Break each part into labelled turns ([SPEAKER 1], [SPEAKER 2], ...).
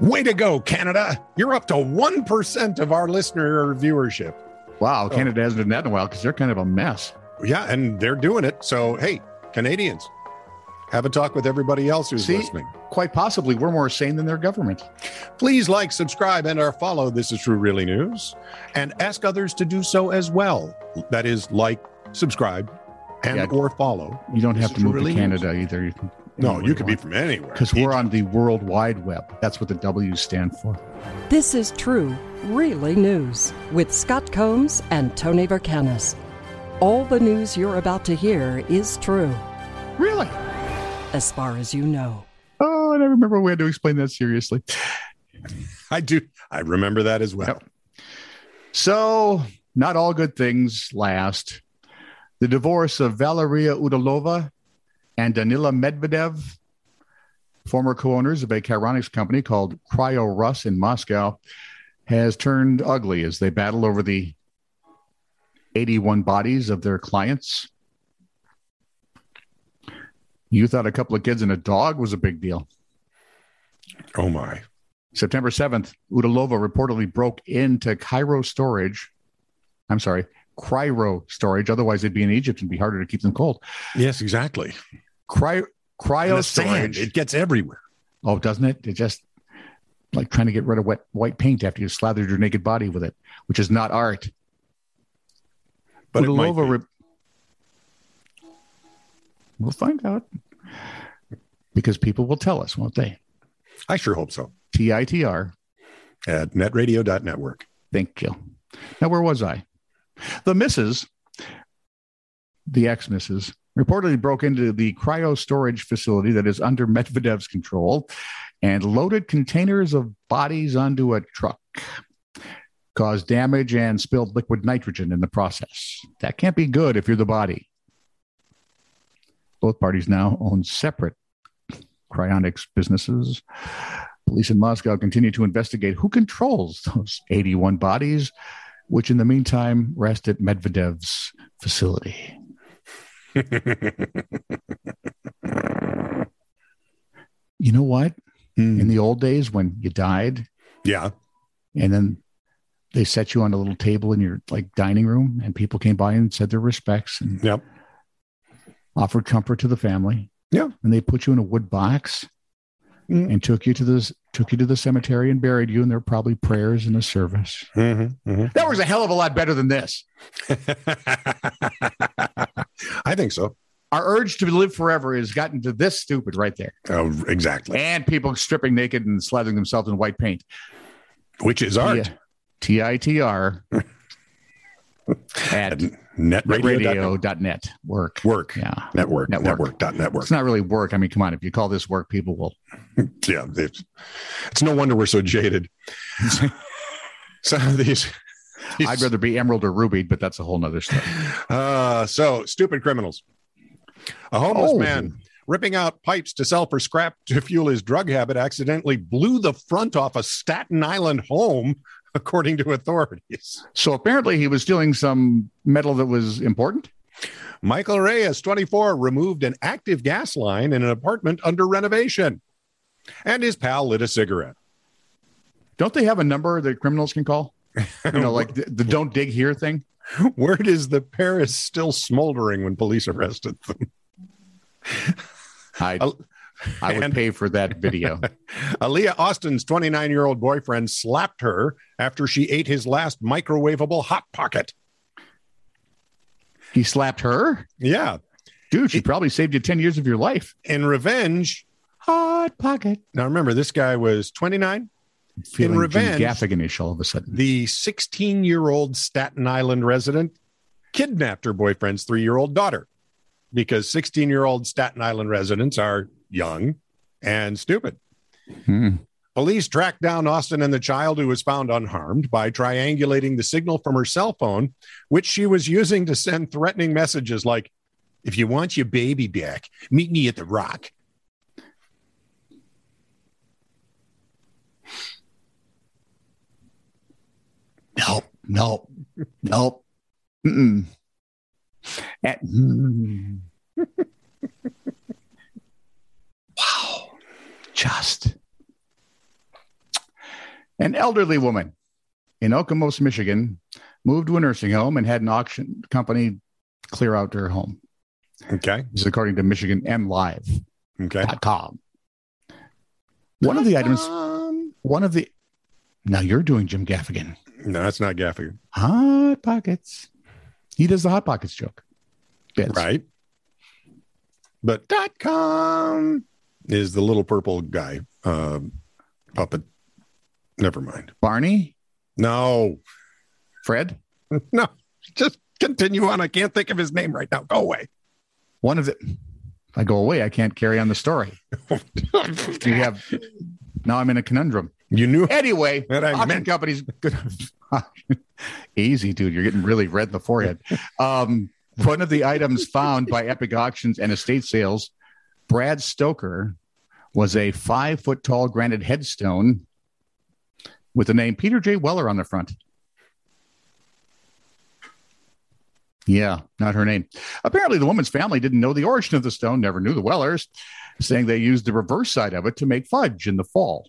[SPEAKER 1] Way to go, Canada. You're up to 1% of our listener viewership.
[SPEAKER 2] Wow,
[SPEAKER 1] Oh.
[SPEAKER 2] Canada hasn't done that in a while because they're kind of a mess.
[SPEAKER 1] Yeah, and they're doing it. So, hey, Canadians, have a talk with everybody else who's
[SPEAKER 2] See?
[SPEAKER 1] listening.
[SPEAKER 2] Quite possibly, we're more sane than their government.
[SPEAKER 1] Please like, subscribe, and or follow This Is True Really News and ask others to do so as well. That is, like, subscribe, and
[SPEAKER 2] Yeah.
[SPEAKER 1] or follow.
[SPEAKER 2] You don't
[SPEAKER 1] This
[SPEAKER 2] have to
[SPEAKER 1] is
[SPEAKER 2] move
[SPEAKER 1] really
[SPEAKER 2] to Canada either. You can-
[SPEAKER 1] No,
[SPEAKER 2] anywhere
[SPEAKER 1] you could be
[SPEAKER 2] want.
[SPEAKER 1] from anywhere.
[SPEAKER 2] because we're on the World Wide Web. That's what the W stand for.
[SPEAKER 3] This is True, Really News with Scott Combs and Tony Vercanis. All the news you're about to hear is true,
[SPEAKER 2] Really?
[SPEAKER 3] as far as you know.
[SPEAKER 2] Oh, and I remember we had to explain that seriously.
[SPEAKER 1] I do. I remember that as well.
[SPEAKER 2] Yep. So, not all good things last. The divorce of Valeria Udalova and Danila Medvedev, former co owners of a cryonics company called Cryo Rus in Moscow, has turned ugly as they battle over the 81 bodies of their clients. You thought a couple of kids and a dog was a big deal.
[SPEAKER 1] Oh my.
[SPEAKER 2] September 7th, Udalova reportedly broke into Cairo storage. I'm sorry, Cryo storage. Otherwise, they'd be in Egypt and be harder to keep them cold.
[SPEAKER 1] Yes, exactly.
[SPEAKER 2] Cry,
[SPEAKER 1] And
[SPEAKER 2] cryo
[SPEAKER 1] the sand,
[SPEAKER 2] storage.
[SPEAKER 1] it gets everywhere.
[SPEAKER 2] Oh, doesn't it? It just like trying to get rid of wet white paint after you slathered your naked body with it, which is not art.
[SPEAKER 1] But it might
[SPEAKER 2] Udalova.
[SPEAKER 1] be.
[SPEAKER 2] Re- we'll find out because people will tell us, won't they?
[SPEAKER 1] I sure hope so.
[SPEAKER 2] TITR.
[SPEAKER 1] At netradio.network.
[SPEAKER 2] Thank you. Now, where was I? The missus, the ex missus, reportedly broke into the cryo storage facility that is under Medvedev's control and loaded containers of bodies onto a truck, caused damage and spilled liquid nitrogen in the process. That can't be good if you're the body. Both parties now own separate cryonics businesses. Police in Moscow continue to investigate who controls those 81 bodies, which in the meantime rest at Medvedev's facility.
[SPEAKER 1] Hmm.
[SPEAKER 2] You know what? In the old days when you died
[SPEAKER 1] yeah.
[SPEAKER 2] and then they set you on a little table in your like dining room and people came by and said their respects and
[SPEAKER 1] Yep.
[SPEAKER 2] offered comfort to the family.
[SPEAKER 1] Yeah.
[SPEAKER 2] And they put you in a wood box
[SPEAKER 1] Mm.
[SPEAKER 2] and took you to the took you to the cemetery and buried you and there were probably prayers and a service.
[SPEAKER 1] Mm-hmm.
[SPEAKER 2] That was a hell of a lot better than this.
[SPEAKER 1] I think so.
[SPEAKER 2] Our urge to live forever has gotten to this stupid right there.
[SPEAKER 1] Oh, exactly.
[SPEAKER 2] and people stripping naked and slathering themselves in white paint.
[SPEAKER 1] Which is art
[SPEAKER 2] T I T R
[SPEAKER 1] at
[SPEAKER 2] at
[SPEAKER 1] netradio.network.
[SPEAKER 2] radio.net work.
[SPEAKER 1] Work.
[SPEAKER 2] Yeah.
[SPEAKER 1] Network.
[SPEAKER 2] Network.
[SPEAKER 1] Network. Dot network.
[SPEAKER 2] It's not really work. I mean, come on. If you call this work, people will.
[SPEAKER 1] yeah. It's, it's no wonder we're so jaded. Some of these. these-
[SPEAKER 2] I'd rather be emerald or ruby, but that's a whole nother story.
[SPEAKER 1] Uh, so, stupid criminals. A homeless
[SPEAKER 2] Oh.
[SPEAKER 1] man ripping out pipes to sell for scrap to fuel his drug habit accidentally blew the front off a Staten Island home, according to authorities.
[SPEAKER 2] So apparently he was stealing some metal that was important.
[SPEAKER 1] Michael Reyes, 24, removed an active gas line in an apartment under renovation. And his pal lit a cigarette.
[SPEAKER 2] Don't they have a number that criminals can call? You know, like the, the don't dig here thing.
[SPEAKER 1] Word is the pair is still smoldering when police arrested them.
[SPEAKER 2] I, I would pay for that video.
[SPEAKER 1] Aaliyah Austin's 29 year old boyfriend slapped her after she ate his last microwavable Hot Pocket.
[SPEAKER 2] He slapped her.
[SPEAKER 1] Yeah.
[SPEAKER 2] Dude, she probably saved you 10 years of your life.
[SPEAKER 1] In revenge,
[SPEAKER 2] Hot pocket.
[SPEAKER 1] now remember, this guy was 29.
[SPEAKER 2] Feeling in
[SPEAKER 1] revenge-
[SPEAKER 2] revenge, Gaffigan-ish all of a sudden.
[SPEAKER 1] The 16 year old Staten Island resident kidnapped her boyfriend's three year old daughter because 16 year old Staten Island residents are young and stupid.
[SPEAKER 2] Hmm.
[SPEAKER 1] Police tracked down Austin and the child, who was found unharmed, by triangulating the signal from her cell phone, which she was using to send threatening messages like, If you want your baby back, meet me at the rock.
[SPEAKER 2] Nope, nope, nope. Eh, Mm-mm. At- mm. wow, just An elderly woman in Okemos, Michigan, moved to a nursing home and had an auction company clear out her home.
[SPEAKER 1] Okay.
[SPEAKER 2] This is according to MichiganMLive.com.
[SPEAKER 1] Okay.
[SPEAKER 2] One of the items,
[SPEAKER 1] Um,
[SPEAKER 2] one of the, now you're doing Jim Gaffigan.
[SPEAKER 1] no, that's not Gaffigan.
[SPEAKER 2] Hot Pockets. He does the Hot Pockets joke. Bits.
[SPEAKER 1] Right. But dot com is the little purple guy uh, puppet. Never mind.
[SPEAKER 2] Barney,
[SPEAKER 1] No,
[SPEAKER 2] Fred,
[SPEAKER 1] no, just continue on. I can't think of his name right now. Go away.
[SPEAKER 2] one of the, if I go away, I can't carry on the story. You have, now I'm in a conundrum.
[SPEAKER 1] you knew
[SPEAKER 2] Anyway,
[SPEAKER 1] That I
[SPEAKER 2] auction
[SPEAKER 1] meant-
[SPEAKER 2] companies. Good. Easy, dude. You're getting really red in the forehead. Um, one of the items found by Epic Auctions and Estate Sales, Brad Stoker, was a five foot tall granite headstone with the name Peter J. Weller on the front. Yeah, not her name. Apparently, the woman's family didn't know the origin of the stone, never knew the Wellers, saying they used the reverse side of it to make fudge in the fall.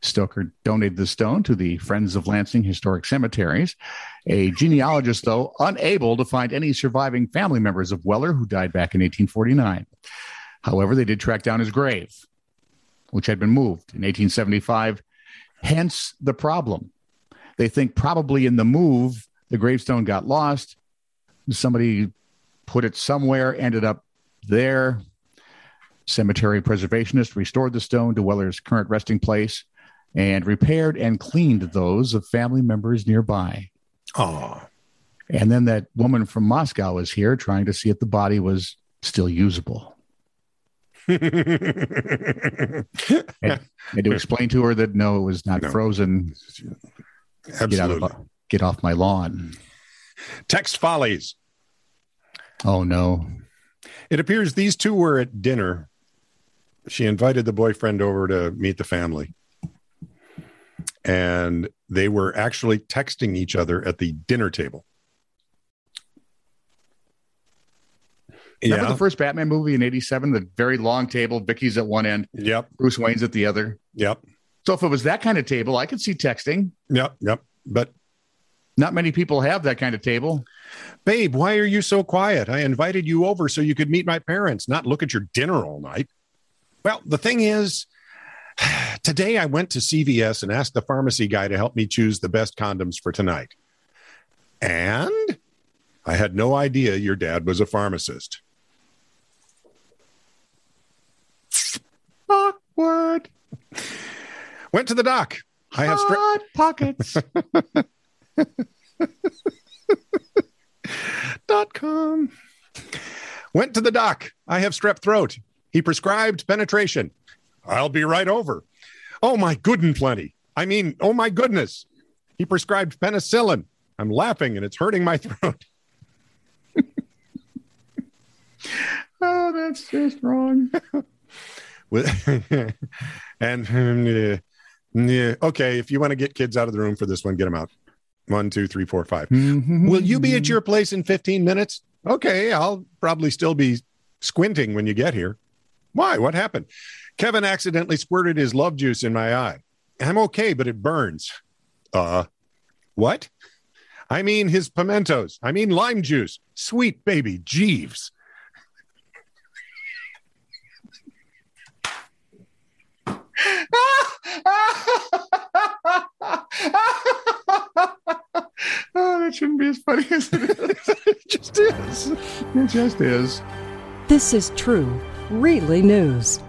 [SPEAKER 2] Stoker donated the stone to the Friends of Lansing Historic Cemeteries. A genealogist, though, unable to find any surviving family members of Weller who died back in 1849. However, they did track down his grave, which had been moved in 1875, hence the problem. They think probably in the move, the gravestone got lost. Somebody put it somewhere, ended up there. Cemetery preservationist restored the stone to Weller's current resting place and repaired and cleaned those of family members nearby.
[SPEAKER 1] Oh,
[SPEAKER 2] And then that woman from Moscow is here trying to see if the body was still usable. And to explain to her that no, it was not
[SPEAKER 1] No.
[SPEAKER 2] frozen. Get out of
[SPEAKER 1] absolutely.
[SPEAKER 2] my- get off my lawn.
[SPEAKER 1] Text follies.
[SPEAKER 2] Oh no.
[SPEAKER 1] It appears these two were at dinner. She invited the boyfriend over to meet the family. And they were actually texting each other at the dinner table.
[SPEAKER 2] Remember
[SPEAKER 1] Yeah.
[SPEAKER 2] the first Batman movie in 87, the very long table, Vicky's at one end,
[SPEAKER 1] yep.
[SPEAKER 2] Bruce Wayne's at the other.
[SPEAKER 1] Yep.
[SPEAKER 2] So if it was that kind of table, I could see texting.
[SPEAKER 1] Yep. Yep. But
[SPEAKER 2] Not many people have that kind of table.
[SPEAKER 1] babe, why are you so quiet? I invited you over so you could meet my parents, not look at your dinner all night. Well, the thing is, today I went to CVS and asked the pharmacy guy to help me choose the best condoms for tonight. And I had no idea your dad was a pharmacist.
[SPEAKER 2] Awkward.
[SPEAKER 1] Went to the doc. I have stra-
[SPEAKER 2] Hot pockets.
[SPEAKER 1] dot com. Went to the doc. I have strep throat. He prescribed penetration. I'll be right over. Oh my good and plenty. I mean, oh my goodness. He prescribed penicillin. I'm laughing and it's hurting my throat.
[SPEAKER 2] oh, that's just wrong.
[SPEAKER 1] With- and mm, yeah, yeah. okay, if you want to get kids out of the room for this one, get them out. One, two, three, four, five. Will you
[SPEAKER 2] Mm-hmm.
[SPEAKER 1] be at your place in 15 minutes? Okay, I'll probably still be squinting when you get here. Why? What happened? Kevin accidentally squirted his love juice in my eye. I'm okay, but it burns. Uh, what? I mean, his pimentos. I mean, lime juice. Sweet baby Jeeves.
[SPEAKER 2] oh, that shouldn't be as funny as it is. it just is. It just is.
[SPEAKER 3] This is true, really news.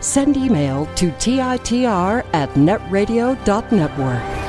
[SPEAKER 3] Send email to TITR at netradio.network.